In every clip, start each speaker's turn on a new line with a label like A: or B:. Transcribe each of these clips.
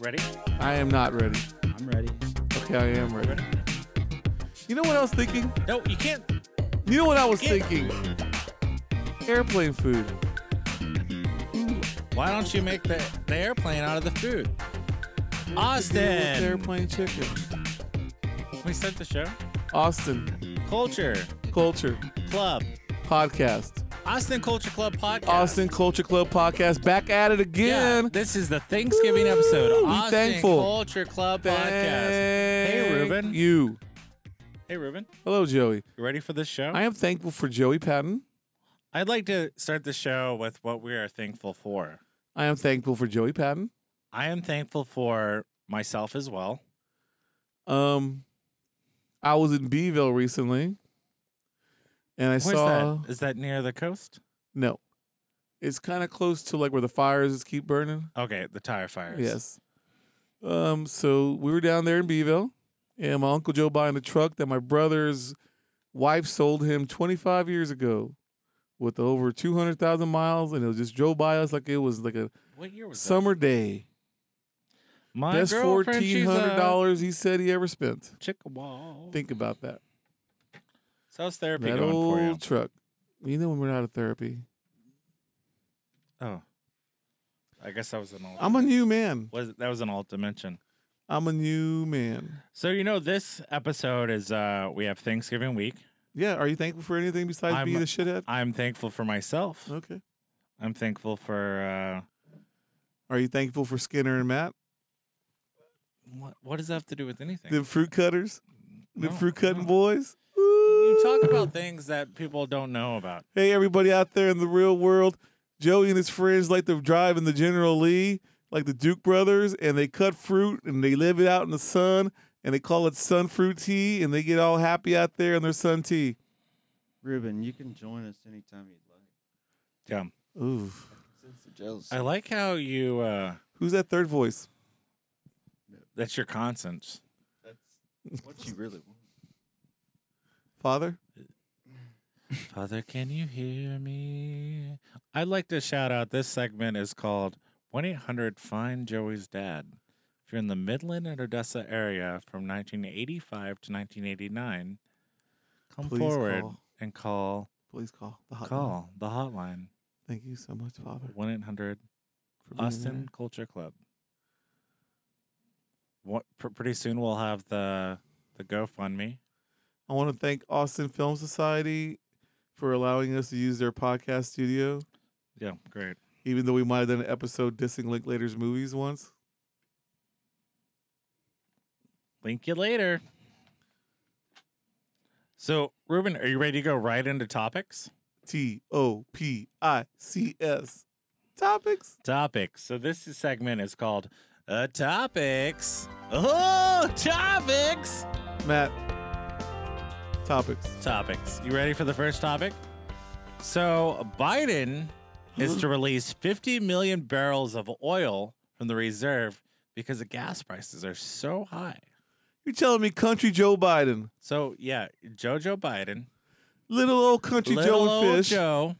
A: Ready?
B: I am not ready.
C: I'm ready.
B: Okay, I am ready. You know what I was thinking?
A: No, you can't.
B: You know what I was
A: Get-
B: thinking? Airplane food.
A: Why don't you make the, the airplane out of the food?
B: Deal with
A: Austin.
B: Airplane chicken.
A: We start the show.
B: Austin.
A: Culture
B: Culture.
A: Club.
B: Podcast.
A: Austin Culture Club podcast.
B: Austin Culture Club Podcast. Back at it
A: Yeah,
B: again.
A: this is the Thanksgiving episode.
B: Woo,
A: of
B: we
A: Austin
B: thankful.
A: Culture Club podcast.
B: Hey,
A: Reuben.
B: You.
A: Hey, Ruben.
B: Hello, Joey.
A: You ready for this show?
B: I am thankful for Joey Patton.
A: I'd like to start the show with what we are thankful for.
B: I am thankful for Joey Patton.
A: I am thankful for myself as well.
B: Um, I was in Beeville recently, and I
A: Where's
B: saw
A: that? Is that near the coast?
B: no. It's kind of close to like where the fires keep burning.
A: Okay, the tire fires.
B: Yes. Um, so we were down there in Beeville, and my uncle Joe buying a truck that my brother's wife sold him 25 years ago, with over 200,000 miles, and it just drove by us like it was like a
A: What year was
B: summer day.
A: that? My
B: Best
A: girlfriend, she's uh, a
B: $1,400 he said he ever spent.
A: Chickawaw.
B: Think about that.
A: So how's therapy
B: that
A: going for you?
B: old truck. You know when we're out of therapy.
A: Oh, I guess that was an alt.
B: I'm a new man.
A: was that was an alt dimension.
B: I'm a new man.
A: So you know this episode is uh we have Thanksgiving week.
B: Yeah. Are you thankful for anything besides
A: I'm-
B: being a shithead?
A: I'm thankful for myself.
B: Okay.
A: I'm thankful for uh
B: Are you thankful for Skinner and Matt,
A: what what does that have to do with anything?
B: the fruit cutters, the
A: No,
B: fruit cutting
A: no.
B: boys?
A: You
B: Woo!
A: talk about things that people don't know about.
B: Hey, everybody out there in the real world, Joey and his friends like to drive in the General Lee, like the Duke brothers, and they cut fruit and they live it out in the sun, and they call it sun fruit tea, and they get all happy out there in their sun tea.
C: Ruben, you can join us anytime you'd like.
A: Yeah.
B: Ooh,
C: Since the jail's
A: I like how you uh
B: who's that third voice?
A: that's your conscience.
C: that's what you really want.
B: Father?
A: Father, can you hear me? I'd like to shout out this segment is called 1 800 Find Joey's Dad. If you're in the Midland and Odessa area from 1985 to 1989, come
B: Please
A: forward
B: call.
A: and call
B: Please call the hotline.
A: call the hotline
B: Thank you so much, Father.
A: 1 800
B: for being
A: Austin Culture Club. What, pr- pretty soon we'll have the the GoFundMe.
B: there. I want to thank Austin Film Society for allowing us to use their podcast studio,
A: Yeah, great.
B: even though we might have done an episode dissing Linklater's movies once.
A: Link you later. So, Ruben, are you ready to go right into topics?
B: T O P I C S. Topics.
A: Topics. So, this is- segment is called uh, Topics. Oh, topics.
B: Matt. Topics.
A: Topics. You ready for the first topic? So, Biden is to release 50 million barrels of oil from the reserve because the gas prices are so high.
B: You're telling me country Joe Biden,
A: So, yeah, JoJo Biden
B: little old country
A: Little
B: Joe
A: old
B: and Fish.
A: Joe.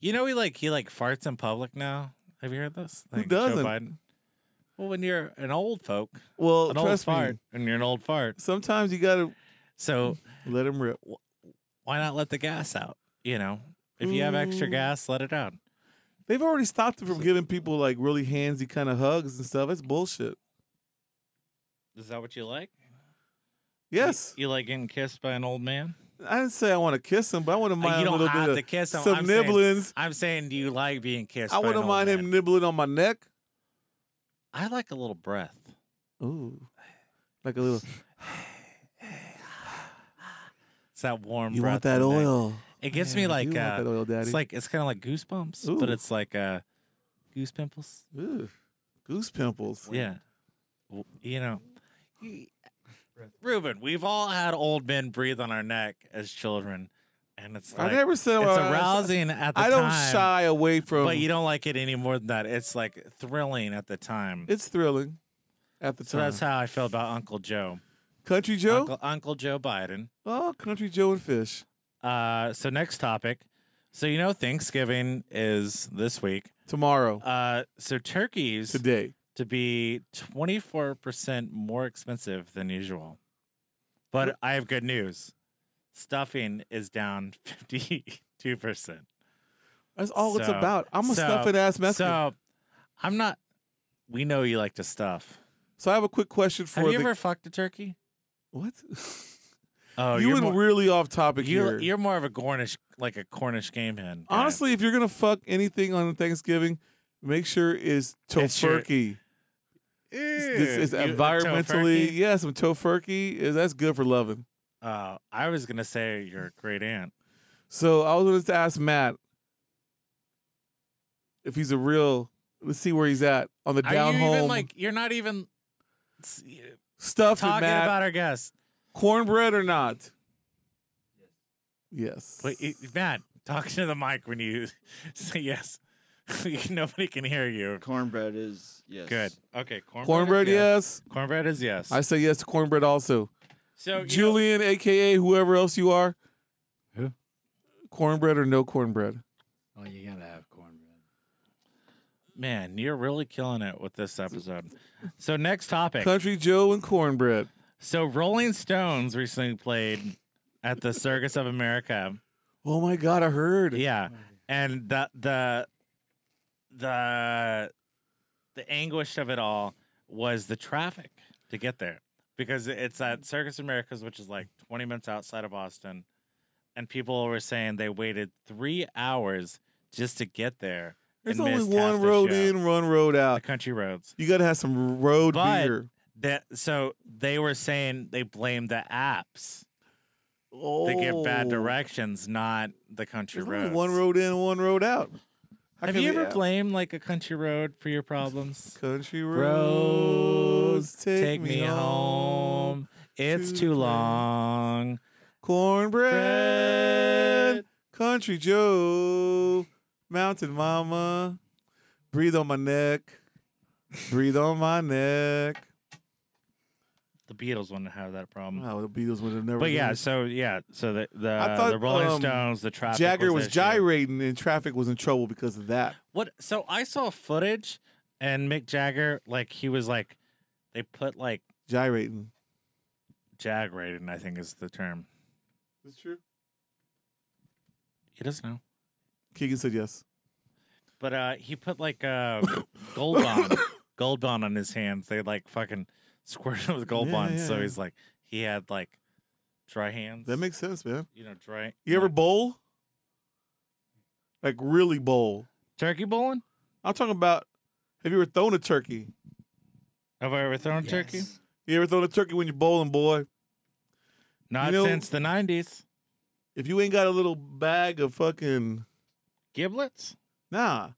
A: You know he like he like farts in public now. Have you heard this?
B: Who
A: Joe
B: doesn't?
A: Biden. Well, when you're an old folk,
B: Well,
A: an old
B: trust me.
A: fart, and you're an old fart,
B: Sometimes you gotta
A: so
B: let him rip.
A: why not let the gas out? You know, if you have extra
B: Ooh.
A: gas, let it out.
B: They've already stopped him from giving people like really handsy kind of hugs and stuff. It's bullshit.
A: Is that what you like?
B: Yes.
A: You, you like getting kissed by an old man?
B: I didn't say I want to kiss him, but I want to
A: Uh,
B: mind
A: you
B: a
A: don't
B: little
A: have
B: bit
A: to
B: of
A: kiss him.
B: some
A: I'm saying-
B: nibblings.
A: I'm saying, do you like being kissed?
B: I
A: by an
B: wouldn't
A: old
B: mind
A: man?
B: him nibbling on my neck.
A: I like a little breath.
B: Ooh, like a little.
A: It's that warm.
B: You want
A: breath
B: that
A: in there.
B: oil?
A: It gives
B: Yeah,
A: me like
B: you
A: uh,
B: want that oil, daddy.
A: It's like it's kind of like goosebumps, but
B: Ooh.
A: it's like uh, goose pimples.
B: Ooh, goose pimples.
A: Yeah, W- you know, y- Ruben, we've all had old men breathe on our neck as children, and it's
B: I
A: like
B: never said.
A: it's
B: I-
A: arousing at the
B: I don't
A: time,
B: shy away from.
A: but you don't like it any more than that. It's like thrilling at the time.
B: it's thrilling. At the
A: so
B: time,
A: that's how I feel about Uncle Joe,
B: Country Joe.
A: Uncle, Uncle Joe Biden.
B: Oh, Country Joe and Fish.
A: Uh, so next topic, So you know Thanksgiving is this week.
B: Tomorrow,
A: Uh, so turkeys
B: today.
A: to be 24% more expensive than usual. But I have good news. Stuffing is down 52%.
B: That's all it's
A: So-
B: about. I'm a
A: so-
B: stuffing ass mess. So,
A: So I'm not we know you like to stuff.
B: I have a quick question for
A: Have you
B: the
A: ever fucked a turkey?
B: what?
A: Oh,
B: you
A: you're
B: went
A: more,
B: really off topic
A: you,
B: here.
A: you're more of a Cornish like a Cornish game hen. guy.
B: Honestly, if you're gonna fuck anything on Thanksgiving, make sure it's
A: It's your-
B: tofurkey. It's, it's
A: You- a
B: environmentally,
A: tofurkey?
B: yeah, some tofurkey is that's good for loving.
A: Uh, I was gonna say you're a great aunt.
B: So I was going to ask Matt if he's a real. Let's see where he's at on the
A: Are
B: down
A: you
B: home.
A: even like you're not even s-
B: stuffed
A: talking
B: and Matt
A: about our guest?
B: cornbread or not? Yes.
A: Wait, it, Matt, talking to the mic when you say yes. Nobody can hear you.
C: Cornbread is yes.
A: Good. Okay, cornbread.
B: cornbread,
A: is
B: yes.
A: Cornbread is yes.
B: I say yes to cornbread also.
A: so you know,
B: Julian, aka whoever else you are.
D: Who?
B: Cornbread or no cornbread?
D: Oh, you gotta have cornbread.
A: man, you're really killing it with this episode. So next topic.
B: Country Joe and cornbread.
A: So Rolling Stones recently played at the Circus of America.
B: Oh my God, I heard.
A: Yeah, and the the the the anguish of it all was the traffic to get there because it's at Circus Americas, which is like 20 minutes outside of Austin, and people were saying they waited three hours just to get there.
B: There's
A: and
B: only
A: missed half
B: one
A: the
B: road
A: show.
B: in, one road
A: the
B: out.
A: country roads.
B: You got to have some road
A: But-
B: beer.
A: That so they were saying they blamed the apps.
B: Oh.
A: They give bad directions, not the country
B: There's
A: roads.
B: only one road in, one road out. How
A: Have
B: can
A: you
B: they-
A: ever blamed like a country road for your problems?
B: country roads?
A: Roads, take, me home. It's
B: to
A: too
B: play.
A: long.
B: Cornbread, country Joe, mountain mama, breathe on my neck, breathe on my neck.
A: The Beatles wouldn't have that problem.
B: Wow, the Beatles would have never.
A: but yeah,
B: done
A: so yeah, so the the,
B: I thought,
A: the Rolling
B: um,
A: Stones, the
B: that.
A: traffic.
B: Jagger
A: was,
B: was
A: the issue.
B: gyrating and traffic was in trouble because of that.
A: What? So I saw footage, and Mick Jagger, like he was like, they put like
B: Gyrating.
A: jagrated, I think is the term.
B: That's true.
A: He doesn't know.
B: Keegan said yes.
A: But uh, he put like uh, gold bond, gold bond on his hands. They like fucking squirted him with gold
B: Yeah,
A: bond.
B: yeah,
A: So
B: yeah.
A: he's like, he had like dry hands.
B: That makes sense, man.
A: you know dry.
B: You ever bowl? Like really bowl?
A: turkey bowling?
B: I'm talking about. Have you ever thrown a turkey?
A: Have I ever thrown a turkey?
D: Yes.
B: You ever thrown a turkey when you're bowling, boy?
A: Not
B: You know-
A: since the nineties.
B: If you ain't got a little bag of fucking
A: Giblets?
B: nah,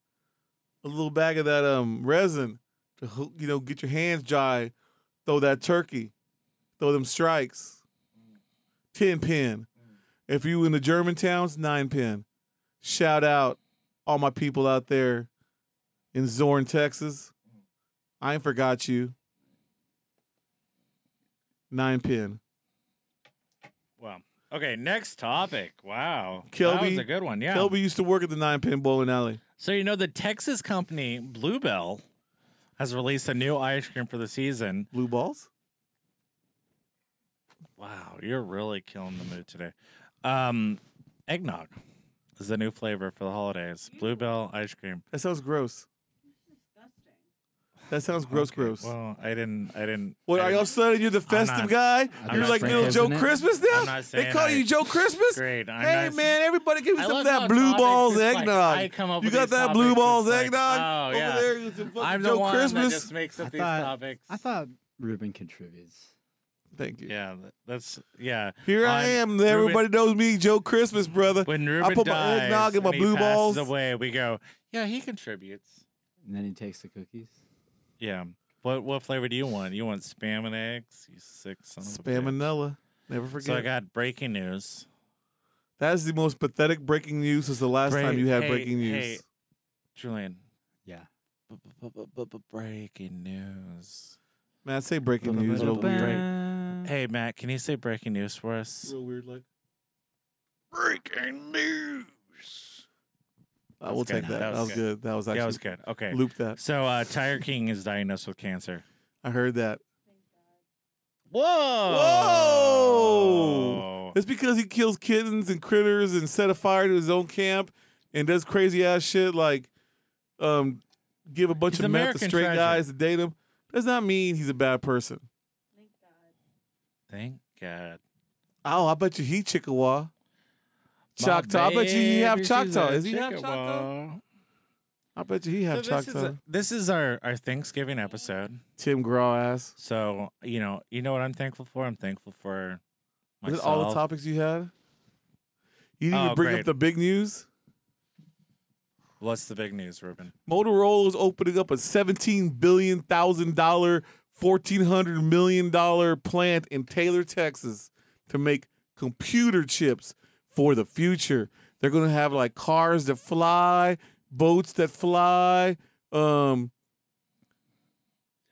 B: a little bag of that um resin to hook- you know get your hands dry, throw that turkey, throw them strikes, ten pin.
A: Mm.
B: If you in the German towns, nine pin. Shout out all my people out there in Zorn, Texas.
A: Mm.
B: I ain't forgot you. Nine pin.
A: Wow. Okay, next topic. Wow, that was
B: Kelby-
A: a good one. Yeah.
B: Kelby used to work at the nine pin bowling alley.
A: So you know the Texas company Bluebell has released a new ice cream for the season.
B: Blue balls.
A: Wow, you're really killing the mood today. Um, eggnog is the new flavor for the holidays. Bluebell ice cream.
B: That sounds gross. That sounds gross,
A: Okay,
B: gross.
A: Well, I didn't. I didn't.
B: What
A: I
B: are
A: didn't-
B: y'all saying? You're the festive
A: not-
B: guy.
D: I'm
B: You're
D: not
B: like
D: saying
B: little
D: that,
B: Joe
D: isn't it?
B: Christmas now.
A: I'm not
B: they
A: saying
B: call
A: I-
B: you Joe Christmas.
A: Great. I'm
B: hey
A: not-
B: man, everybody give me
A: I
B: some of
A: love
B: that
A: how
B: blue
A: topics
B: balls
A: is like,
B: eggnog.
A: I come up
B: you
A: with
B: got
A: these
B: that
A: topics,
B: blue
A: it's
B: balls
A: like,
B: eggnog
A: oh, yeah.
B: over there. It's a fucking
A: I'm the
B: Joe
A: one
B: Christmas.
A: that just makes up
D: I
A: these
D: thought-
A: topics.
D: I thought Ruben contributes.
B: Thank you.
A: Yeah, th- that's yeah.
B: Here I
A: I'm
B: am.
A: Ruben-
B: Everybody knows me, Joe Christmas, brother.
A: When Ruben
B: put my
A: dies
B: eggnog in
A: and
B: my
A: he
B: blue
A: passes
B: balls.
A: Away, we go. Yeah, he contributes.
D: And then he takes the cookies.
A: Yeah. What what flavor do you want? You want spam and eggs? You sick son of a bitch.
B: Spamanella. Never forget.
A: Oh, So I got breaking news.
B: that is the most pathetic breaking news since the last
A: Break-
B: time you had
A: hey,
B: breaking news.
A: hey. Julian.
D: Yeah.
A: Breaking news.
B: Man, say breaking news real weird. Uh.
D: Hey,
A: Hey Matt, can you say breaking news for us?
B: Real weird, like.
A: Breaking news.
B: I
A: was
B: will
A: good.
B: take that.
A: That
B: That
A: was
B: was,
A: good.
B: good. That was actually
A: that was good. Okay.
B: loop that.
A: So uh, Tiger King is diagnosed with cancer.
B: I heard that.
A: Whoa!
B: Whoa! It's because he kills kittens and critters and set a fire to his own camp and does crazy ass shit like um give a bunch
A: He's
B: of meth to
A: American
B: straight
A: treasure.
B: guys to date him. Does not mean he's a bad person.
A: Thank God.
B: Oh, I bet you he Chickawa. Choctaw. I bet you he have Choctaw. Is he half Choctaw? I bet you he have
A: this, is
B: Choctaw.
A: this is our, our Thanksgiving episode.
B: Tim Graw ass.
A: So, you know, you know what I'm thankful for? I'm thankful for
B: Is
A: myself.
B: it all the topics you had? You didn't
A: Oh,
B: even bring
A: great.
B: up the big news.
A: What's the big news, Ruben?
B: Motorola is opening up a seventeen billion thousand dollar, fourteen hundred million dollar plant in Taylor, Texas, to make computer chips for the future. They're gonna have like cars that fly, boats that fly, um,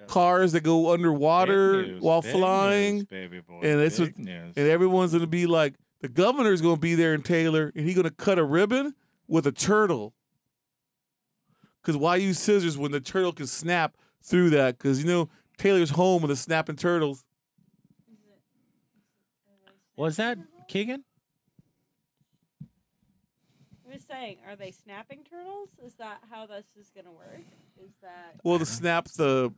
B: cars that go underwater
A: Big news,
B: while
A: big
B: flying,
A: news, baby boy.
B: and it's
A: big
B: what-
A: news.
B: and everyone's gonna be like, the governor's gonna be there in Taylor, and he's gonna cut a ribbon with a turtle. Cause why use scissors when the turtle can snap through that? Cause you know Taylor's home with the snapping turtles.
A: Was that Keegan?
E: I'm just saying, are they snapping turtles? Is that how this is gonna work? Is that
B: Well, the snap the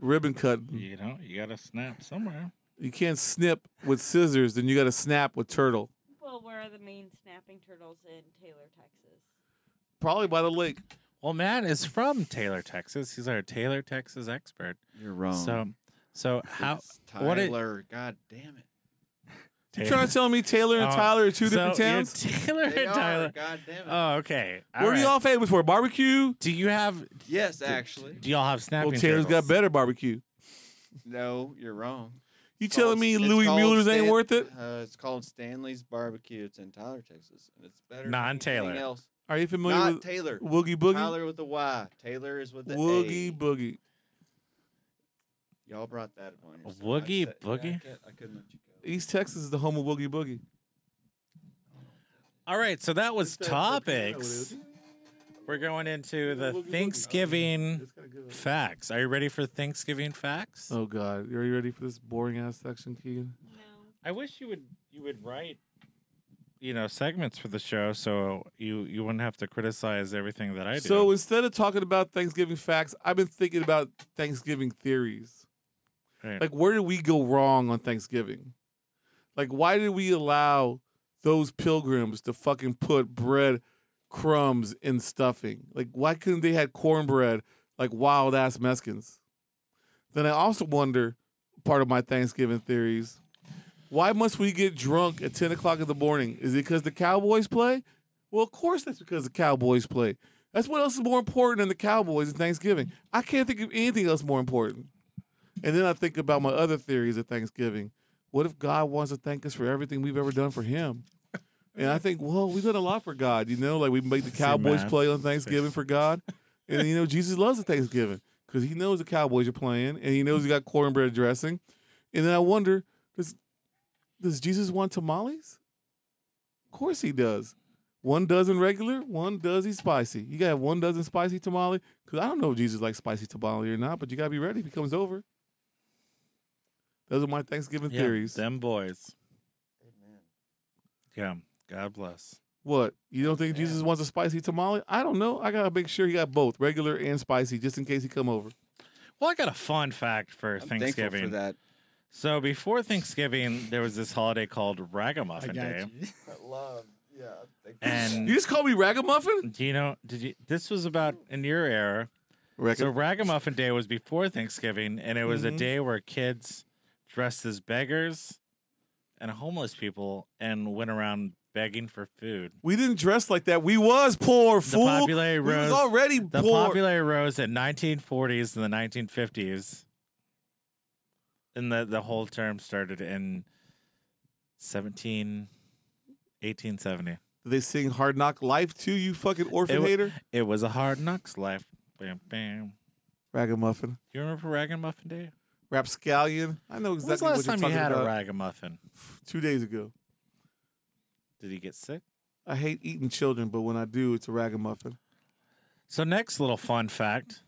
B: ribbon cut.
A: You know, you got to snap somewhere.
B: You can't snip with scissors, then you gotta snap with turtle.
E: well? Where are the main snapping turtles in Taylor, Texas?
B: Probably by the lake.
A: Well, Matt is from Taylor, Texas. He's our Taylor, Texas expert.
C: You're wrong.
A: So,
B: Um,
A: so how?
C: It's
A: what it-
C: Tyler? God damn it!
B: You trying to tell me Taylor and
A: Oh,
B: Tyler are two
A: So
B: different
A: you're
B: towns?
A: Taylor
C: They
A: and
C: are,
A: Tyler.
C: God damn it!
A: Oh, okay. All
B: what are
A: right.
B: y'all famous for? Barbecue?
A: Do you have?
C: yes, actually.
A: Do y'all have snapping?
B: Well, Taylor's
A: turtles?
B: got better barbecue.
C: No, you're wrong.
B: You
C: It's
B: telling
C: called-
B: me
C: Oh, it's
B: Louis
C: called
B: Mueller's
C: Stan-
B: ain't worth it?
C: Uh, it's called Stanley's Barbecue. It's in Tyler, Texas, and it's better. than
A: Non-Taylor.
C: anything Else.
B: Are you familiar
C: Not
B: with
C: Taylor.
B: Woogie Boogie?
C: Tyler with the Y. Taylor is with the
B: Woogie
C: A.
B: Boogie.
C: Y'all brought that upon yourself. I
A: Woogie
C: said-
A: Boogie?
C: I, can't- I couldn't let you go.
B: East Texas is the home of Woogie Boogie.
A: All right. So that was
B: East Texas, that's kinda
A: topics.
B: what it
A: We're going into the
B: Woogie Boogie.
A: Thanksgiving
B: That's kinda good.
A: facts. Are you ready for Thanksgiving facts?
B: Oh God, are you ready for this boring ass section, Keegan?
E: No.
A: I wish you would you would write you know segments for the show so you you wouldn't have to criticize everything that I do.
B: So instead of talking about Thanksgiving facts, I've been thinking about Thanksgiving theories.
A: Right.
B: Like, where did we go wrong on Thanksgiving? Like, why did we allow those pilgrims to fucking put bread crumbs in stuffing? Like, why couldn't they had cornbread like wild ass Mexicans? Then I also wonder, part of my Thanksgiving theories, why must we get drunk at ten o'clock in the morning? Is it because the Cowboys play? Well, of course that's because the Cowboys play. That's what else is more important than the Cowboys and Thanksgiving. I can't think of anything else more important. And then I think about my other theories of Thanksgiving. What if God wants to thank us for everything we've ever done for Him? And I think, well, we've done a lot for God. You know, like we make the Cowboys
A: man.
B: play on Thanksgiving for God. And, you know, Jesus loves the Thanksgiving because He knows the Cowboys are playing and He knows He got cornbread dressing. And then I wonder, does, does Jesus want tamales? Of course He does. One dozen regular, one dozen spicy. You gotta have one dozen spicy tamale. Cause I don't know if Jesus likes spicy tamale or not, but you gotta be ready if he comes over. Those are my Thanksgiving
A: Yeah,
B: theories.
A: Them boys.
C: Amen.
A: Yeah. God bless.
B: what? You don't think Jesus wants a spicy tamale? I don't know. I gotta make sure he got both, regular and spicy, just in case he come over.
A: Well, I got a fun fact for
C: I'm thankful
A: Thanksgiving.
C: for that.
A: So before Thanksgiving, there was this holiday called Ragamuffin Day.
D: you.
C: I love. Yeah. I'm thankful for
A: And-
B: You just call me ragamuffin?
A: Do you know? Did you? This was about in your era. So Ragamuffin Day was before Thanksgiving, and it was a
B: Mhm.
A: day where kids dressed as beggars and homeless people and went around begging for food.
B: we didn't dress like that. We was poor,
A: The
B: fool.
A: popular
B: we was
A: rose.
B: already
A: the
B: poor.
A: popular rose in 1940s and the 1950s, and the the whole term started in 17, 1870.
B: Did they sing Hard Knock Life too, you fucking orphan
A: It wa-
B: hater?
A: It was a hard knocks life. Bam, bam.
B: Ragamuffin.
A: You remember Ragamuffin Day?
B: Rapscallion. I know
A: When's
B: exactly
A: the last
B: what you're
A: time you had
B: talking
A: a
B: about.
A: ragamuffin?
B: Two days ago.
A: Did he get sick?
B: I hate eating children, but when I do, it's a ragamuffin.
A: So, next little fun fact.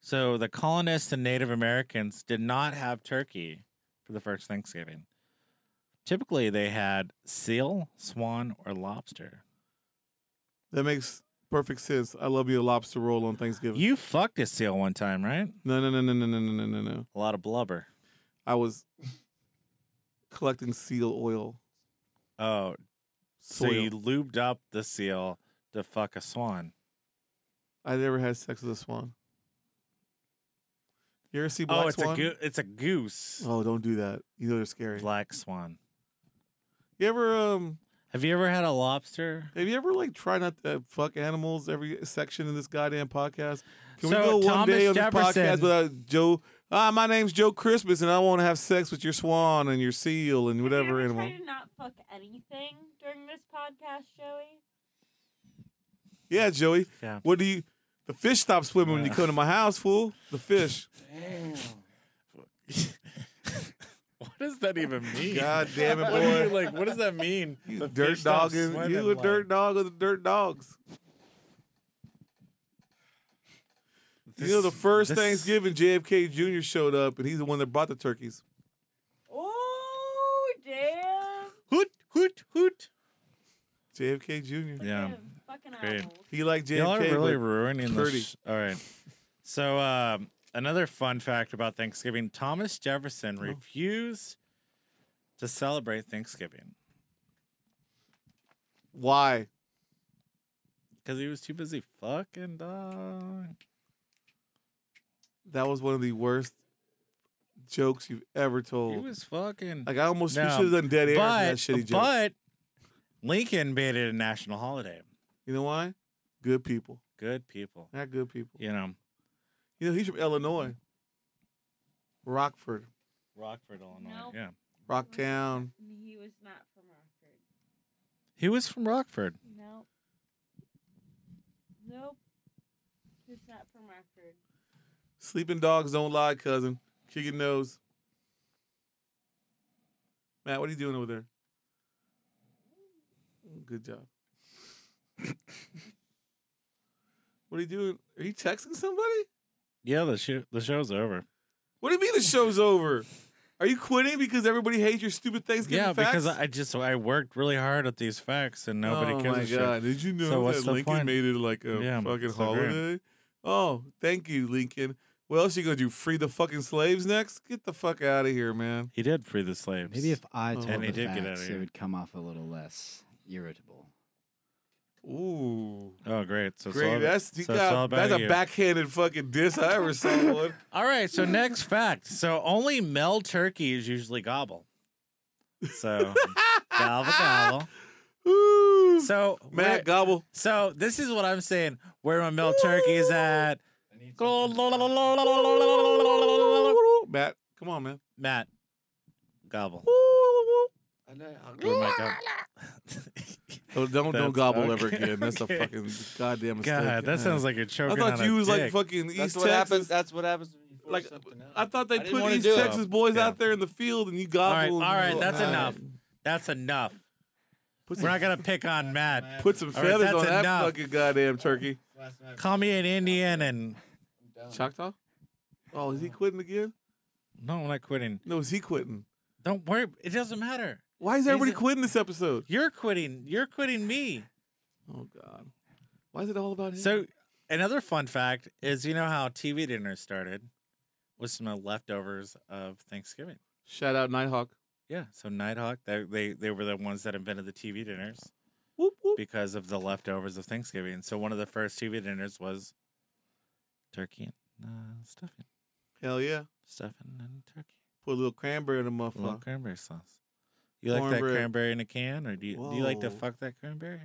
A: So, the colonists and Native Americans did not have turkey for the first Thanksgiving. Typically, they had seal, swan, or lobster.
B: That makes perfect sense. I love you a lobster roll on Thanksgiving.
A: You fucked a seal one time, right?
B: no, no, no, no, no, no, no, no, no, no.
A: A lot of blubber.
B: I was collecting seal oil.
A: Oh, so
B: Soil.
A: you lubed up the seal to fuck a swan.
B: I never had sex with a swan. You ever see Black
A: oh, it's
B: Swan?
A: a goo it's a goose.
B: oh, don't do that. You know they're scary.
A: Black swan.
B: You ever um?
A: Have you ever had a lobster?
B: Have you ever like try not to fuck animals every section in this goddamn podcast? Can
A: So,
B: we go one
A: Thomas
B: day on
A: Jefferson-
B: this podcast without Joe? Ah, my name's Joe Christmas, and I want to have sex with your swan and your seal and whatever
E: Have you ever
B: animal.
E: tried to not fuck anything during this podcast, Joey?
B: Yeah, Joey.
A: Yeah.
B: What do you? The fish stop swimming when you come to my house, fool. The fish.
A: what does that even mean?
B: God damn it,
A: What do you-
B: boy.
A: like, what does that mean?
B: You
A: The
B: dirt
A: fish stops
B: dog is
A: swimming,
B: you a
A: like-
B: dirt dog of the dirt dogs. you know the
A: This-
B: first
A: this-
B: Thanksgiving JFK Jr. showed up and he's the one that brought the turkeys.
E: Oh damn!
A: Hoot, hoot, hoot.
B: JFK Jr.
A: Yeah.
E: Damn, Fucking
A: Great.
E: animals.
B: He liked JFK.
A: Y'all are really
B: but
A: ruining
B: pretty.
A: this. Sh- All right. So, um, another fun fact about Thanksgiving Thomas
B: Oh.
A: Jefferson refused to celebrate Thanksgiving
B: why?
A: because he was too busy fucking dog.
B: That was one of the worst jokes you've ever
A: He
B: told.
A: was fucking.
B: like I almost we
A: No,
B: should have done dead air for that shitty
A: but,
B: joke.
A: but Lincoln made it a national holiday.
B: you know why? Good people,
A: Good people.
B: not good people.
A: You know,
B: You know he's from Illinois, Rockford,
A: Rockford, Illinois.
E: Nope.
A: Yeah.
B: Rocktown.
E: He was not from Rockford.
A: He was from Rockford.
E: Nope. Nope. He's not from Rockford.
B: Sleeping dogs don't lie, cousin. Kick your nose. Matt, what are you doing over there? Good job. what are you doing? Are you texting somebody?
A: Yeah, the show the show's over.
B: What do you mean the show's over? Are you quitting because everybody hates your stupid Thanksgiving
A: yeah,
B: facts?
A: because I just I worked really hard at these facts and nobody
B: oh
A: gives
B: my
A: a shit.
B: god! Did you know
A: So what's
B: that
A: the
B: Lincoln
A: point?
B: made it like a
A: Yeah,
B: fucking
A: so great.
B: holiday? Oh, thank you, Lincoln. What else you gonna do? Free the fucking slaves next? Get the fuck out of here, man.
A: He did free the slaves.
D: Maybe if I
B: Oh.
D: told
B: And
D: the
A: he did get out of
D: facts,
A: here.
D: it would come off a little less irritable.
B: Ooh.
A: oh great, so it's
B: Great.
A: all-
B: That's you
A: so it's all
B: got,
A: about
B: that's a
A: you.
B: backhanded fucking diss I ever saw one.
A: All right, so next fact. So only male turkeys usually gobble. So gobble gobble.
B: Ooh.
A: So
B: Matt
A: where-
B: Gobble.
A: so this is what I'm saying. Where my male turkey is at.
B: Matt, come on, man.
A: Matt, gobble. Where
C: Where
A: my gob-
B: Oh, don't
A: That's-
B: don't gobble ever
A: okay,
B: again. That's
A: okay.
B: a fucking goddamn mistake.
A: God, that sounds like you're
B: I
A: choking.
B: thought
A: on a
B: you was like
A: dick.
B: fucking
C: That's
B: East
C: what happens.
B: Texas.
C: That's what happens when you force
B: Like,
C: something out.
B: I thought they
C: I didn't
B: put
C: wanna
B: East
C: do it.
B: Texas boys
A: Yeah.
B: out there in the field and you
A: All right, all
B: gobble. and-
A: right, that's
B: Nah.
A: enough. That's enough.
B: Put
A: We're
B: some,
A: not gonna pick on Matt.
B: put some
A: All right,
B: feathers
A: that's
B: on that
A: enough.
B: fucking goddamn turkey.
C: Last night,
A: Call me an Indian and
C: I'm done.
B: Choctaw? Oh, is he quitting again?
A: no, I'm not quitting.
B: No, is he quitting?
A: Don't worry. It doesn't matter.
B: Why is everybody
A: a-
B: quitting this episode?
A: You're quitting. You're quitting me.
B: Oh God. Why is it all about him?
A: So another fun fact is you know how TV dinner started with some of the leftovers of Thanksgiving.
B: shout out Nighthawk.
A: Yeah. So Nighthawk, they they, they were the ones that invented the TV dinners
B: Whoop whoop.
A: because of the leftovers of Thanksgiving. So one of the first TV dinners was turkey and uh, stuffing,
B: Hell yeah.
A: stuffing and turkey.
B: Put a little cranberry in the
A: A little
B: motherfucker.
A: cranberry sauce. You like that
B: Cornbread.
A: cranberry in a can, or do you do you like to
B: Whoa.
A: fuck that cranberry?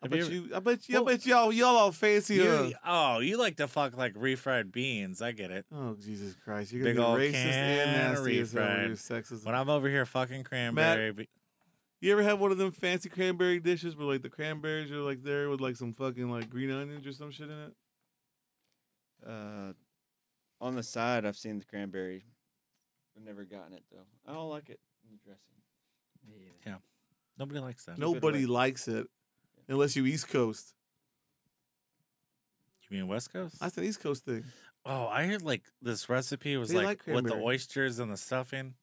B: I
A: Have
B: bet
A: ever-
B: you, I bet you, I
A: Well-
B: bet y'all, y'all all fancy. uh,
A: you- oh, you like to fuck like refried beans. I get it.
B: Oh Jesus Christ! You're gonna
A: Big
B: be
A: ol'
B: racist
A: can
B: and nasty as hell
A: refried.
B: with your sexism.
A: When I'm over here fucking cranberry, be-
B: You ever have one of them fancy cranberry dishes where like the cranberries are like there with like some fucking like green onions or some shit in it?
C: Uh, on the side, I've seen the cranberry. I've never gotten it though. I don't like it in the dressing.
A: nobody likes that.
C: Nope.
B: Nobody likes it unless you East Coast.
A: You mean West Coast?
B: That's an East Coast thing.
A: oh, I heard like this recipe was
B: They
A: like, with
B: like
A: the
B: cranberry.
A: oysters and the stuffing.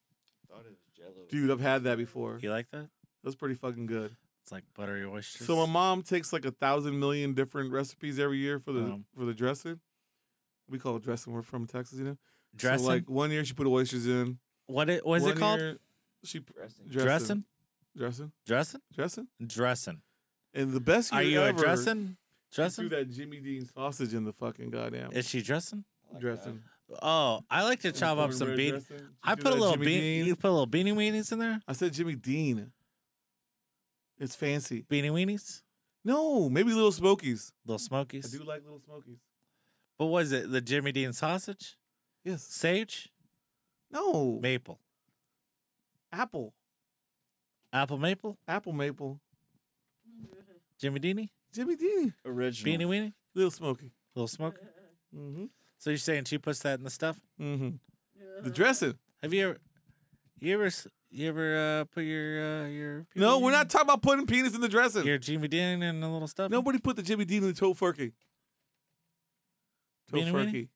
C: Thought it was Jello.
B: Dude, I've had that before. That
A: You like that?
B: was pretty fucking good.
A: It's like buttery oysters.
B: So my mom takes like a thousand million different recipes every year for the
A: Um,
B: for the dressing. We call it dressing. We're from Texas, you know.
A: dressing.
B: So like one year she put oysters in.
A: what it, what is it
B: One
A: called?
B: year She
C: Dressing.
B: dressing.
A: Dressing,
B: Dressing.
A: dressing,
B: Dressing.
A: dressing.
B: And the best year
A: Are you a
B: ever.
A: dressing?
B: she threw
A: Dressing?
B: that Jimmy Dean sausage in the fucking goddamn
A: Is she dressing?
C: I like that.
B: dressing.
A: Oh, I like to chop up some
B: Cornbread
A: bean.
B: dressing. She
A: I
B: threw
A: put a
B: that
A: little
B: Jimmy
A: bean. You
B: Dean.
A: put a little beanie weenies in there.
B: I said Jimmy Dean. It's fancy.
A: Beanie weenies,
B: No, maybe Little Smokies.
A: little
B: I
A: smokies.
B: do like Little Smokies.
A: What was it? The Jimmy Dean sausage,
B: Yes.
A: sage,
B: No.
A: maple,
B: Apple.
A: apple maple,
B: Apple maple.
A: Jimmy Deanie,
B: Jimmy Dean.
C: Original.
A: beanie weenie,
B: Little Smoky.
A: little smoky.
B: Mm-hmm.
A: So you're saying she puts that in the stuff?
B: Mm-hmm. The dressing.
A: Have you ever, you ever, s- you ever uh, put your uh, your
B: No,
A: penis
B: we're
A: in-
B: not talking about putting penis in the dressing.
A: your Jimmy Dean and a little stuff.
B: Nobody put the Jimmy Dean in the tofurkey.
A: Beanie weenie?
B: Tofurkey.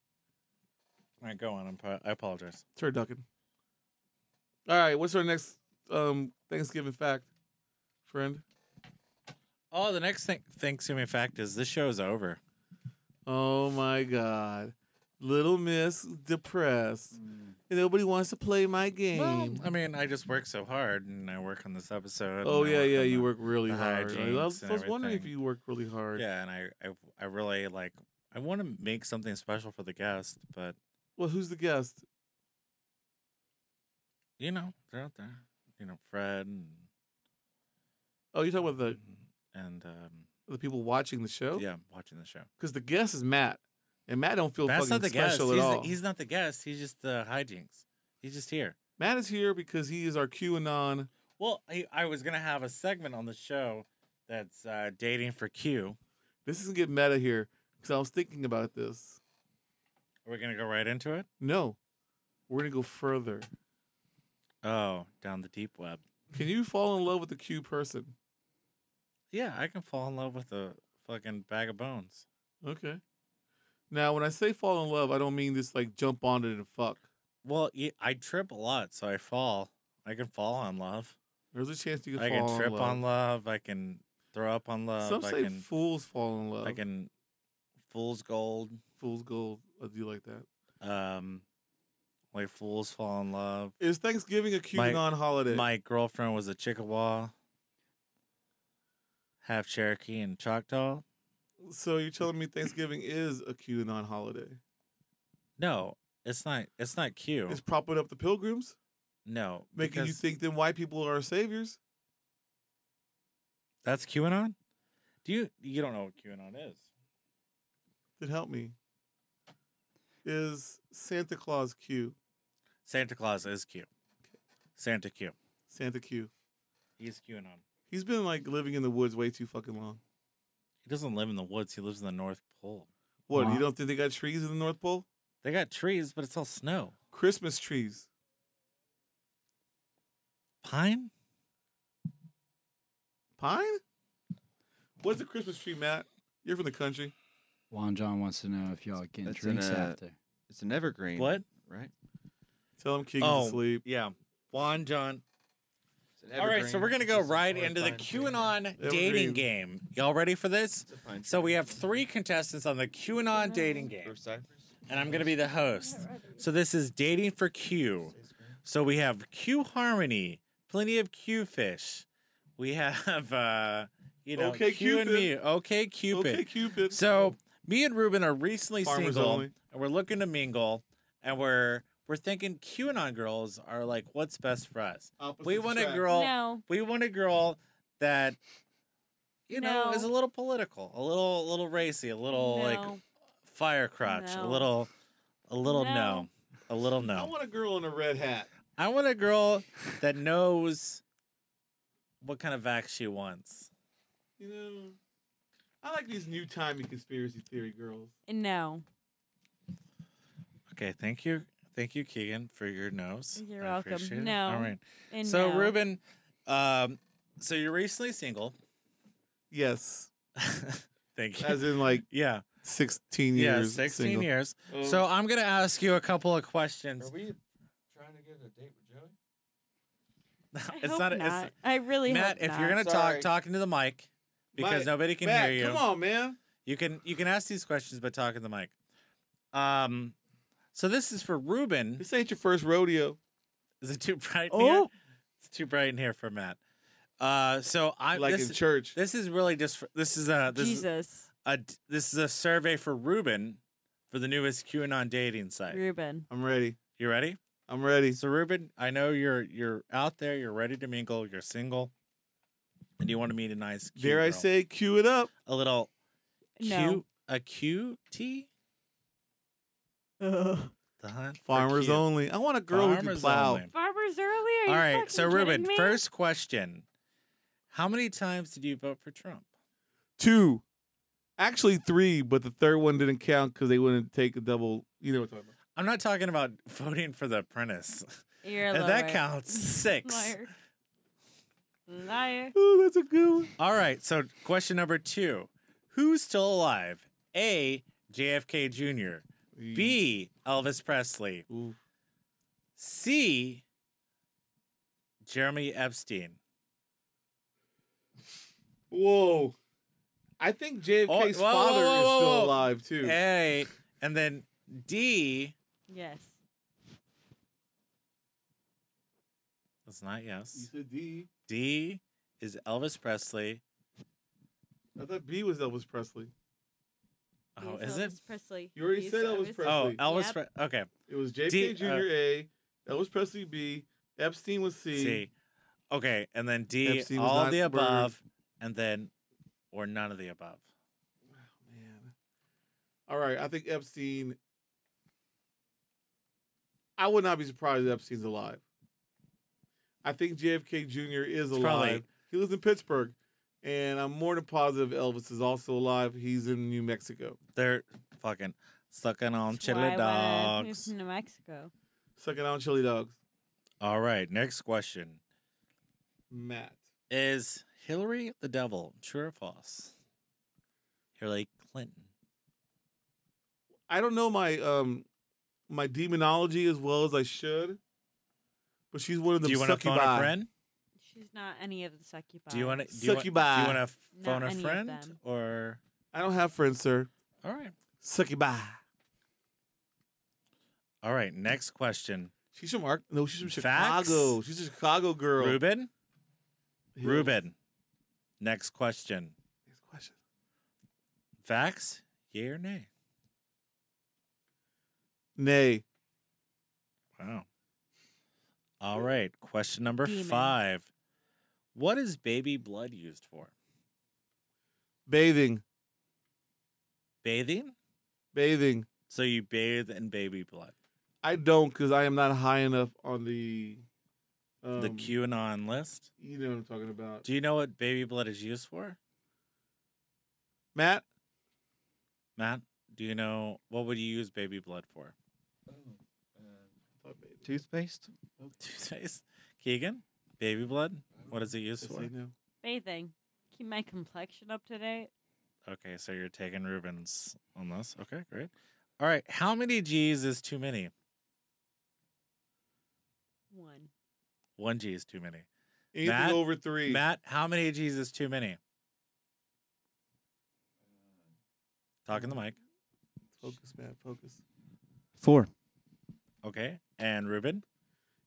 A: All right, go on. I'm, pro- I apologize.
B: Turducken. All right, what's our next um, Thanksgiving fact, friend?
A: Oh, the next thing, Thanksgiving fact is this show is over.
B: Oh my God. Little Miss depressed.
D: Mm.
B: Nobody wants to play my game.
A: Well, I mean, I just work so hard, and I work on this episode.
B: oh,
A: and I
B: yeah, yeah.
A: on
B: You
A: the-
B: work really
A: the
B: hard. I
A: hijinks
B: was,
A: and
B: I was wondering if
A: everything.
B: you work really hard.
A: Yeah, and I, I, I really like. I want to make something special for the guest, but
B: Well, who's the guest?
A: you know, they're out there. You know, Fred and
B: Oh, you're talking about the, Oh.
A: and um,
B: the people watching the show?
A: yeah, I'm watching the show.
B: Because the guest is Matt. And Matt don't feel
A: That's
B: fucking
A: not the guest.
B: special
A: He's,
B: at
A: the-
B: all.
A: he's not the guest. He's just the hijinks. He's just here.
B: Matt is here because he is our QAnon.
A: Well, I, I was gonna have a segment on the show that's uh, dating for Q.
B: This isn't get meta here because I was thinking about this.
A: Are we gonna go right into it?
B: No, we're gonna go further.
A: Oh, down the deep web.
B: Can you fall in love with a Q person?
A: Yeah, I can fall in love with a fucking bag of bones.
B: Okay. Now, when I say fall in love, I don't mean just like jump on it and fuck.
A: Well, y- I trip a lot, so I fall. I can fall on love.
B: There's a chance you can
A: I
B: fall
A: can
B: in
A: trip
B: love.
A: on love. I can throw up on love.
B: Some
A: I
B: say
A: can.
B: fools fall in love.
A: I can. Fool's gold.
B: Fools gold. I do like that.
A: Um, like fools fall in love.
B: Is Thanksgiving a
A: My-
B: QAnon holiday?
A: My girlfriend was a Chickawaw, half Cherokee and Choctaw.
B: so you're telling me Thanksgiving is a QAnon holiday?
A: No, it's not. It's not Q.
B: It's propping up the pilgrims,
A: no,
B: making you
A: because
B: think then white people are our saviors.
A: that's QAnon. Do you? You don't know what QAnon is?
B: Then help me. Is Santa Claus Q?
A: Santa Claus is Q. Santa Q.
B: Santa Q.
A: He's QAnon.
B: He's been like living in the woods way too fucking long.
A: He doesn't live in the woods. He lives in the North Pole.
B: What? You
D: Wow.
B: don't think they got trees in the North Pole?
A: They got trees, but it's all snow.
B: Christmas trees.
A: Pine?
B: Pine? What's a Christmas tree, Matt? You're from the country.
D: Juan John wants to know if y'all are getting
C: That's
D: drinks
C: in a-
D: after.
C: It's an evergreen.
A: What?
C: Right.
B: Tell him Keegan's
A: Oh.
B: asleep.
A: Yeah. Juan John.
C: It's an
A: All right, so
C: evergreen.
A: we're gonna
C: It's
A: go
C: just a
A: right
C: forest
A: into the
C: pine tree.
A: QAnon
B: Evergreen.
A: dating game. Y'all ready for this?
C: It's a pine
A: So
C: tree.
A: we have three contestants on the QAnon dating game,
C: Or cypress.
A: and I'm gonna be the host. So this is dating for Q. So we have Q Harmony, plenty of Q fish. We have uh, you know,
B: Okay,
A: Q and me,
B: Cupid.
A: okay Cupid.
B: Okay, Cupid.
A: So me and Ruben are recently
B: Farmers
A: single,
B: only.
A: and we're looking to mingle, and we're we're thinking QAnon girls are like what's best for us.
B: Opposites
A: we want a
B: attract.
A: girl.
E: No.
A: We want a girl that you know
E: No.
A: is a little political, a little a little racy, a little like
E: No.
A: fire crotch, a
E: No.
A: little a little no.
E: No.
A: a little
B: I
A: no.
B: want a girl in a red hat.
A: I want a girl that knows what kind of vax she wants.
B: You know, I like these new timey conspiracy theory girls.
E: No.
A: Okay, thank you. Thank you, Keegan, for your nose.
E: You're
A: I
E: welcome.
A: appreciate it.
E: No.
A: All right.
E: And
A: so,
E: no.
A: Ruben, um, so you're recently single.
B: Yes.
A: Thank you.
B: As in, like,
A: yeah.
B: sixteen
A: Yeah,
B: years.
A: 16
B: single.
A: years.
C: Oh,
A: So I'm going to ask you a couple of
C: are
A: questions.
C: we trying to get a date with Joey?
E: I
A: it's
E: hope
A: not,
E: not. I really
A: It's, Matt,
E: hope
A: if
E: not.
A: you're going to talk,
C: Sorry.
A: talk into the mic because
C: Mike,
A: nobody can
C: Matt,
A: hear you.
C: Come on, man.
A: You can you can ask these questions by talking to the mic. Um so this is for Ruben.
B: This ain't your first rodeo.
A: Is it too bright in here?
E: oh,
A: It's too bright in here for Matt. Uh, so I
B: like
A: this,
B: in church.
A: this is really just for, this is a this is
E: Jesus,
A: a this is a survey for Ruben for the newest QAnon dating site.
E: Ruben.
B: I'm ready.
A: You ready?
B: I'm ready.
A: So Ruben, I know you're you're out there. You're ready to mingle. You're single, and you want to meet a nice. Cute
B: Dare I
A: girl.
B: say, cue it up.
A: a little
E: No.
A: cute a cutie?
E: Ugh.
A: The hunt for
B: Farmers
A: cute.
B: only. I want a girl who can
A: Farmers
B: plow.
A: only.
E: Barbers early. Are
A: All
E: you
A: right. So
E: fucking kidding
A: Ruben,
E: me?
A: first question: How many times did you vote for Trump?
B: Two, actually three, but the third one didn't count because they wouldn't take a double. You know what I'm talking about?
A: I'm not talking about voting for the apprentice.
E: You're
A: If that
E: lower.
A: counts, six.
E: Liar. Liar.
B: Ooh, that's a good one.
A: All right. So, question number two Who's still alive? A. JFK Jr., B. Elvis Presley,
B: Ooh.
A: C. Jeremy Epstein.
B: Whoa. I think JFK's
A: whoa, whoa,
B: father
A: whoa,
B: is
A: whoa,
B: still
A: whoa.
B: alive too.
A: A. And then D.
E: Yes.
A: That's not yes.
B: said D.
A: D is Elvis Presley.
B: I thought B was Elvis Presley.
A: Oh,
E: He's
A: is it?
E: Elvis Presley.
B: You already
E: He's
B: said Elvis
A: Oh,
B: Presley.
A: Elvis.
E: Yep.
A: Pre- okay.
B: It was JFK
A: D-
B: Jr.
A: uh,
B: A. Elvis Presley B. Epstein was C.
A: C. Okay, and then D,
B: Epstein was
A: all
B: not
A: the
B: murdered.
A: above, and then or none of the above.
B: Man. All right, I think Epstein. I would not be surprised if Epstein's alive. I think JFK Jr.
A: It's
B: is alive.
A: probably-
B: He lives in Pittsburgh, and I'm more than positive Elvis is also alive. He's in New Mexico,
A: They're fucking sucking on
E: That's why
A: Oh, chili
E: I wanna move
A: dogs.
E: to New Mexico.
B: sucking on chili dogs.
A: All right, next question
B: Matt,
A: is Hillary the devil, true or false? Hillary Clinton.
B: I don't know my um my demonology as well as I should, but she's one of
A: Do
B: them.
A: you want to phone a
B: succubi.
A: friend?
E: She's not any of the succubi.
A: Do you want to do you want, do you
B: Succubi.
A: want to
E: Not
A: phone a
E: any of
A: friend
E: them.
A: or
B: I don't have friends, sir.
A: all right?
B: Succubi.
A: All right, next question.
B: She's from Ark. No, she's from
A: Facts?
B: Chicago. She's a Chicago girl.
A: Ruben,
B: Yeah.
A: Ruben. Next question.
B: Next question.
A: Facts, yay or nay?
B: Nay.
A: Wow. All right. Question number
E: Demon.
A: five. What is baby blood used for?
B: Bathing.
A: Bathing?
B: Bathing.
A: So you bathe in baby blood.
B: I don't because I am not high enough on the um,
A: the QAnon list.
B: You know what I'm talking about.
A: Do you know what baby blood is used for?
B: Matt,
A: Matt, do you know what would you use baby blood for?
B: Oh.
C: Uh, Toothpaste?
A: Toothpaste? Keegan? Baby blood? What is it used
B: Let's
A: for?
B: see now.
E: bathing? Keep my complexion up to date.
A: Okay, so you're taking Rubens on this. Okay, great. All right. How many G's is too many?
E: One.
A: One G is too many.
B: anything
A: Matt?
B: over three.
A: Matt, how many G's is too many? Talking the mic.
B: Focus, Matt. Focus.
D: Four.
A: Okay. And Ruben?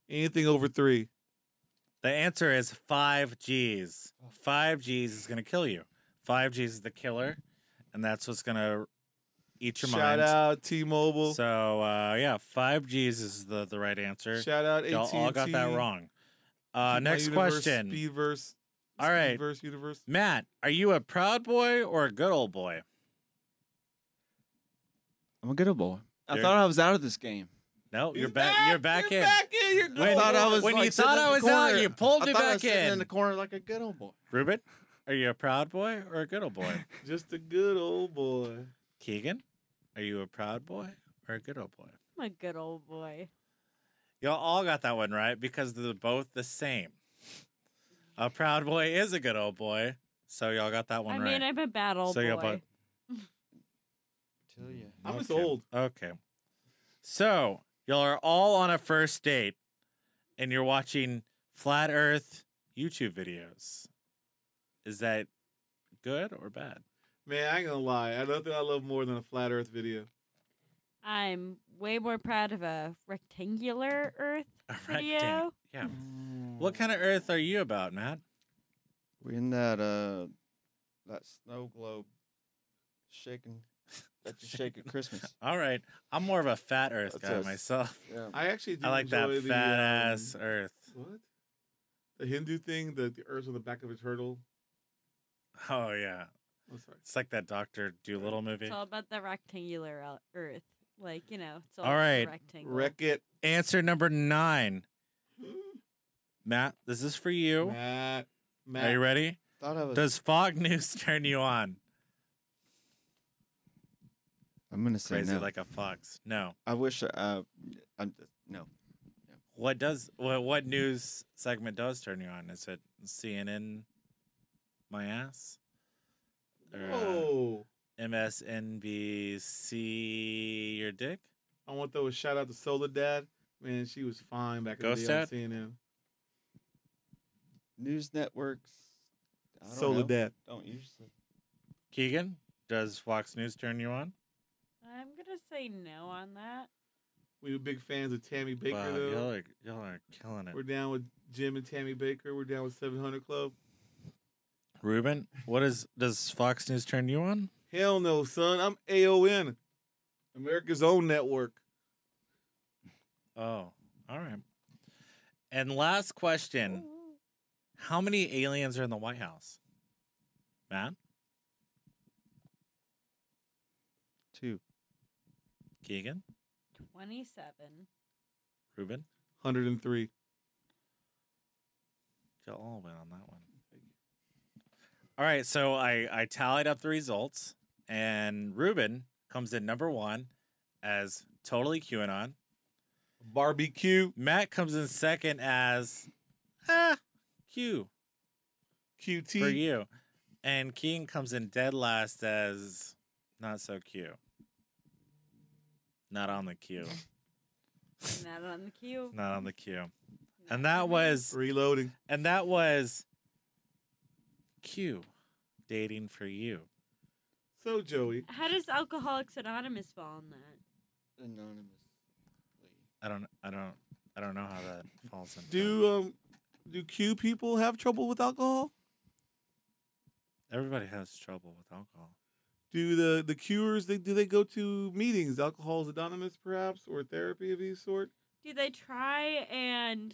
B: Anything over three.
A: The answer is five G's. Five G's is going to kill you. Five G's is the killer, and that's what's going to eat your
B: Shout
A: mind.
B: out T-Mobile.
A: So, uh, yeah, five G's is the, the right answer.
B: Shout out AT&T.
A: Y'all all got that wrong. Uh,
B: Keep my
A: next
B: universe,
A: question.
B: Speedverse.
A: All right.
B: Speedverse universe.
A: Matt, are you a proud boy or a good old boy?
D: I'm a good old boy.
A: There-
C: I thought I was out of this game.
A: No,
B: He's
A: you're back. You're back
B: You're
A: in.
B: back in. You're good.
A: When-
C: thought I was,
A: when
C: like,
A: you thought
C: sitting in
A: I
C: the
A: was out,
C: corner.
A: you pulled
C: I
A: me
C: thought I
A: back
C: was sitting in
A: in.
C: the corner like a good old boy.
A: Ruben, are you a proud boy or a good old boy?
B: Just a good old boy.
A: Keegan, are you a proud boy or a good old boy?
E: I'm a good old boy.
A: Y'all all got that one right because they're both the same. A proud boy is a good old boy, so y'all got that one
E: I
A: right.
E: mean, I'm a bad old
A: So
E: boy.
A: you're a bu-
C: tell you.
B: I'm just
A: Okay.
B: old.
A: Okay. So y'all are all on a first date and you're watching flat earth YouTube videos. Is that good or bad?
B: Man, I ain't gonna lie. I nothing I love more than a flat Earth video.
E: I'm way more proud of a rectangular Earth
A: A
E: video.
A: rectangle. Yeah. What kind of earth are you about, Matt?
C: We're Mm. in that uh, that snow globe, shaking. That you shake at Christmas.
A: All right. I'm more of a fat earth
C: That's
A: guy
C: us.
A: myself.
C: Yeah.
B: I actually do
A: I like that
B: enjoy the,
A: fat
B: um,
A: ass earth.
B: What? The Hindu thing, the, the Earth on the back of a turtle.
A: Oh yeah.
B: I'm sorry.
A: It's like that Doctor Doolittle movie.
E: It's all about the rectangular el- Earth. Like, you know, it's all,
A: All right.
E: rectangle.
C: Wreck it.
A: Answer number nine. Matt, this is for you.
B: Matt, Matt,
A: Are you ready?
C: Thought I was.
A: Does Fog News turn you on?
C: I'm gonna say
A: Crazy
C: no.
A: like a fox. No.
C: I wish. Uh, I'm no.
A: What does what what news segment does turn you on? Is it CNN? My ass. Or, uh,
B: Whoa.
A: MSNBC. Your dick.
B: I want to throw a shout out to Solar Dad. Man, she was fine back in the
A: Ghost
B: day on
A: Dad?
B: CNN.
C: News networks. I don't
B: Solar
C: know.
B: Dad.
C: Don't use it.
A: Keegan, does Fox News turn you on?
E: I'm going to say no on that.
B: We were big fans of Tammy Baker,
A: Wow,
B: though.
A: y'all are y'all are killing it.
B: We're down with Jim and Tammy Baker. We're down with 700 Club.
A: Ruben, what is does Fox News turn you on?
B: Hell no, son. I'm AON, America's own network.
A: Oh, all right. And last question: How many aliens are in the White House? Matt,
C: Two.
A: Keegan,
E: 27.
A: Ruben,
B: 103.
A: y'all all win on that one. All right, so I I tallied up the results, and Ruben comes in number one as totally QAnon.
B: Barbecue.
A: Matt comes in second as ah Q
B: QT.
A: for you, and Keegan comes in dead last as not so cute. Not on the queue.
E: Not on the queue.
A: Not on the queue. And that was
B: Reloading.
A: and that was Q dating for you.
B: So, Joey,
E: How does Alcoholics Anonymous fall on that?
C: Anonymously.
A: I don't I don't I don't know how that falls into
B: do um do Q people have trouble with alcohol?
A: everybody has trouble with alcohol.
B: Do the the cures they do they go to meetings, alcohol's anonymous perhaps, or therapy of any sort?
E: Do they try and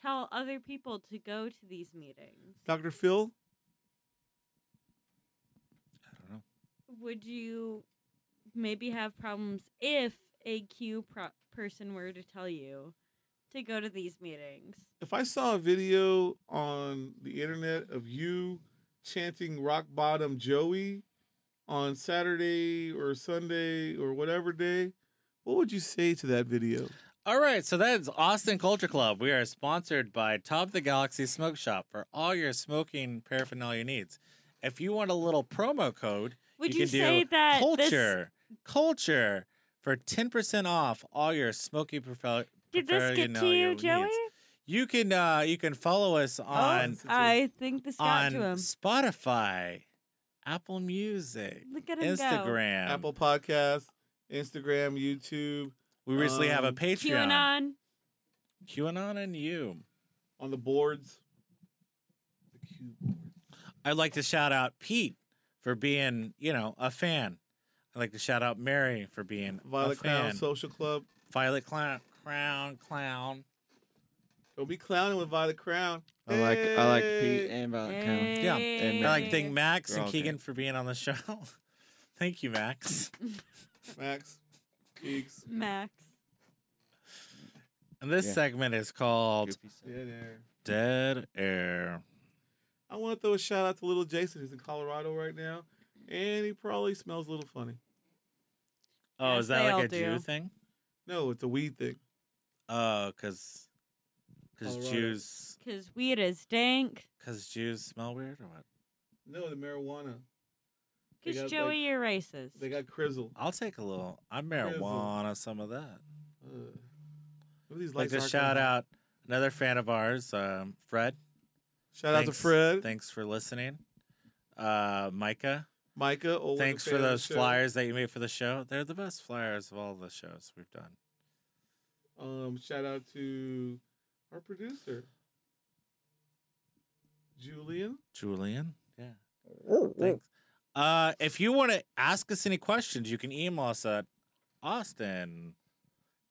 E: tell other people to go to these meetings?
B: Dr. Phil?
A: I don't know.
E: Would you maybe have problems if a Q pro- person were to tell you to go to these meetings?
B: If I saw a video on the internet of you chanting rock bottom Joey on Saturday or Sunday or whatever day, what would you say to that video?
A: All right, so that's Austin Culture Club. We are sponsored by Top of the Galaxy Smoke Shop for all your smoking paraphernalia needs. If you want a little promo code,
E: Would
A: you,
E: you,
A: can
E: say
A: do
E: that this-
A: culture, culture for ten percent off all your smoking paraphernalia.
E: did this get to you,
A: needs.
E: Joey? Oh,
A: You can uh, you can follow us on
B: it's-
E: I think this got
A: on
E: to him.
A: Spotify, Apple Music,
E: Look at him
A: Instagram.
B: Apple Podcasts, Instagram, YouTube,
A: We recently have a
B: um,
E: go.
A: Patreon.
E: QAnon.
A: QAnon and you.
B: on the boards. The Q boards.
A: I'd like to shout out Pete for being, you know, a fan. I'd like to shout out Mary for being a
B: Violet Crown
A: fan.
B: Social Club.
A: Violet Clown, Crown, Clown.
B: Don't be clowning with Violet Crown.
C: I like I like
B: Hey.
C: Pete and Violet Cowan.
A: Yeah.
E: Hey.
A: I'd like to thank Max
C: You're
B: Oh,
A: and
C: all
A: Keegan
C: good.
A: for being on the show. Thank you, Max.
B: Max. Geeks.
E: Max.
A: And this
C: Yeah.
A: segment is called
C: Goofy stuff.
B: Yeah, there.
A: Dead Air.
B: I want to throw a shout out to little Jason who's in Colorado right now, and he probably smells a little funny.
A: Oh,
E: Yes,
A: is that
E: they all
A: like a Jew
E: do.
A: thing?
B: No, it's a weed thing.
A: Oh, because because
B: Colorado.
A: Jews
E: Because weed is dank.
A: because Jews smell weird or what?
B: No, the marijuana.
E: Because
B: got,
E: Joey, you're racist.
B: They got Crizzle.
A: I'll take a little. I
B: Crizzle.
A: marijuana some of that.
B: Uh, what are these
A: like
B: lights
A: to
B: are
A: shout
B: coming?
A: out another fan of ours, um, Fred.
B: Shout out to
A: Thanks-
B: Fred,
A: Thanks for listening. Uh, Micah,
B: Micah. always a
A: thanks
B: fan
A: for
B: of the
A: those
B: show.
A: flyers that you made for the show. They're the best flyers of all the shows we've done.
B: Um, shout out to our producer, Julian.
A: Julian. Yeah. Thanks. Uh, if you want to ask us any questions, you can email us at Austin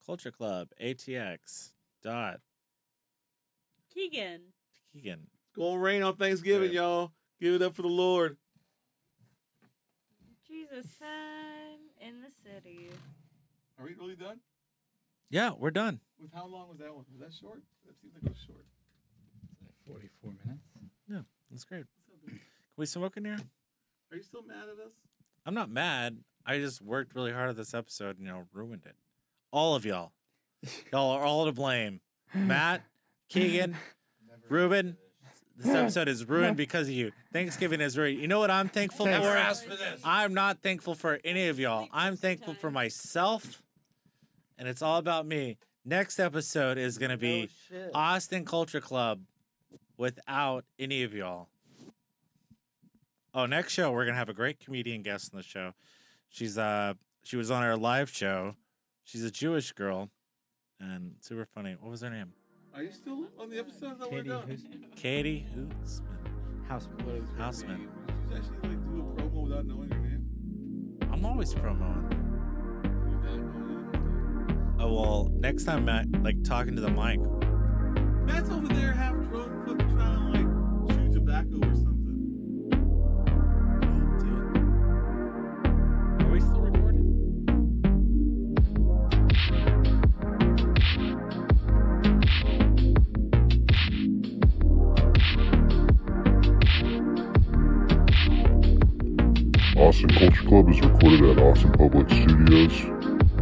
A: Culture Club ATX dot
E: Keegan.
A: Keegan.
B: It's gonna rain on Thanksgiving,
A: Yeah.
B: y'all. Give it up for the Lord.
E: Jesus time in the city.
B: Are we really done?
A: Yeah, we're done.
B: With how long was that one? Was that short? That seemed like it was short.
D: Forty-four minutes.
A: That's great. Can we smoke in here?
B: Are you still mad at us?
A: I'm not mad. I just worked really hard at this episode and y'all ruined it. All of y'all. Y'all are all to blame. Matt, Keegan, Ruben. This episode is ruined because of you. Thanksgiving is ruined. You know what I'm thankful
D: Thanks.
A: for?
D: Never
E: asked for this.
A: I'm not thankful for any of y'all. I'm thankful for
E: Sometimes.
A: myself, and it's all about me. Next episode is going to
C: Oh,
A: be Austin Culture Club without any of y'all. Oh, next show we're gonna have a great comedian guest on the show. She's uh she was on our live show. She's a Jewish girl and super funny. What was her name?
B: Are you still on the episode? that we're
D: Katie
B: done?
D: Hoosman.
A: Katie Hootsman.
D: House.
B: What is her
A: Houseman.
B: name? Did you actually like do a promo without knowing her name?
A: I'm always promoting.
B: Without knowing anything.
A: Oh well, next time Matt like talking to the mic.
B: Matt's over there half drunk, fucking trying to like chew tobacco or something.
A: Oh, dude. Are we still recording?
F: Austin Culture Club is recorded at Austin Public Studios,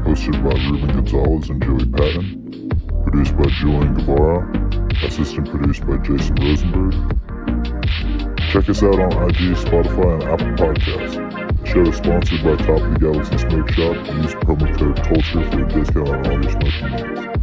F: hosted by Ruben Gonzalez and Joey Patton, produced by Julian Guevara, assistant produced by Jason Rosenberg. Check us out on IG, Spotify, and Apple Podcasts. The show is sponsored by Top of the Galaxy Smoke Shop. Use promo code CULTURE for a discount on all your smoking needs.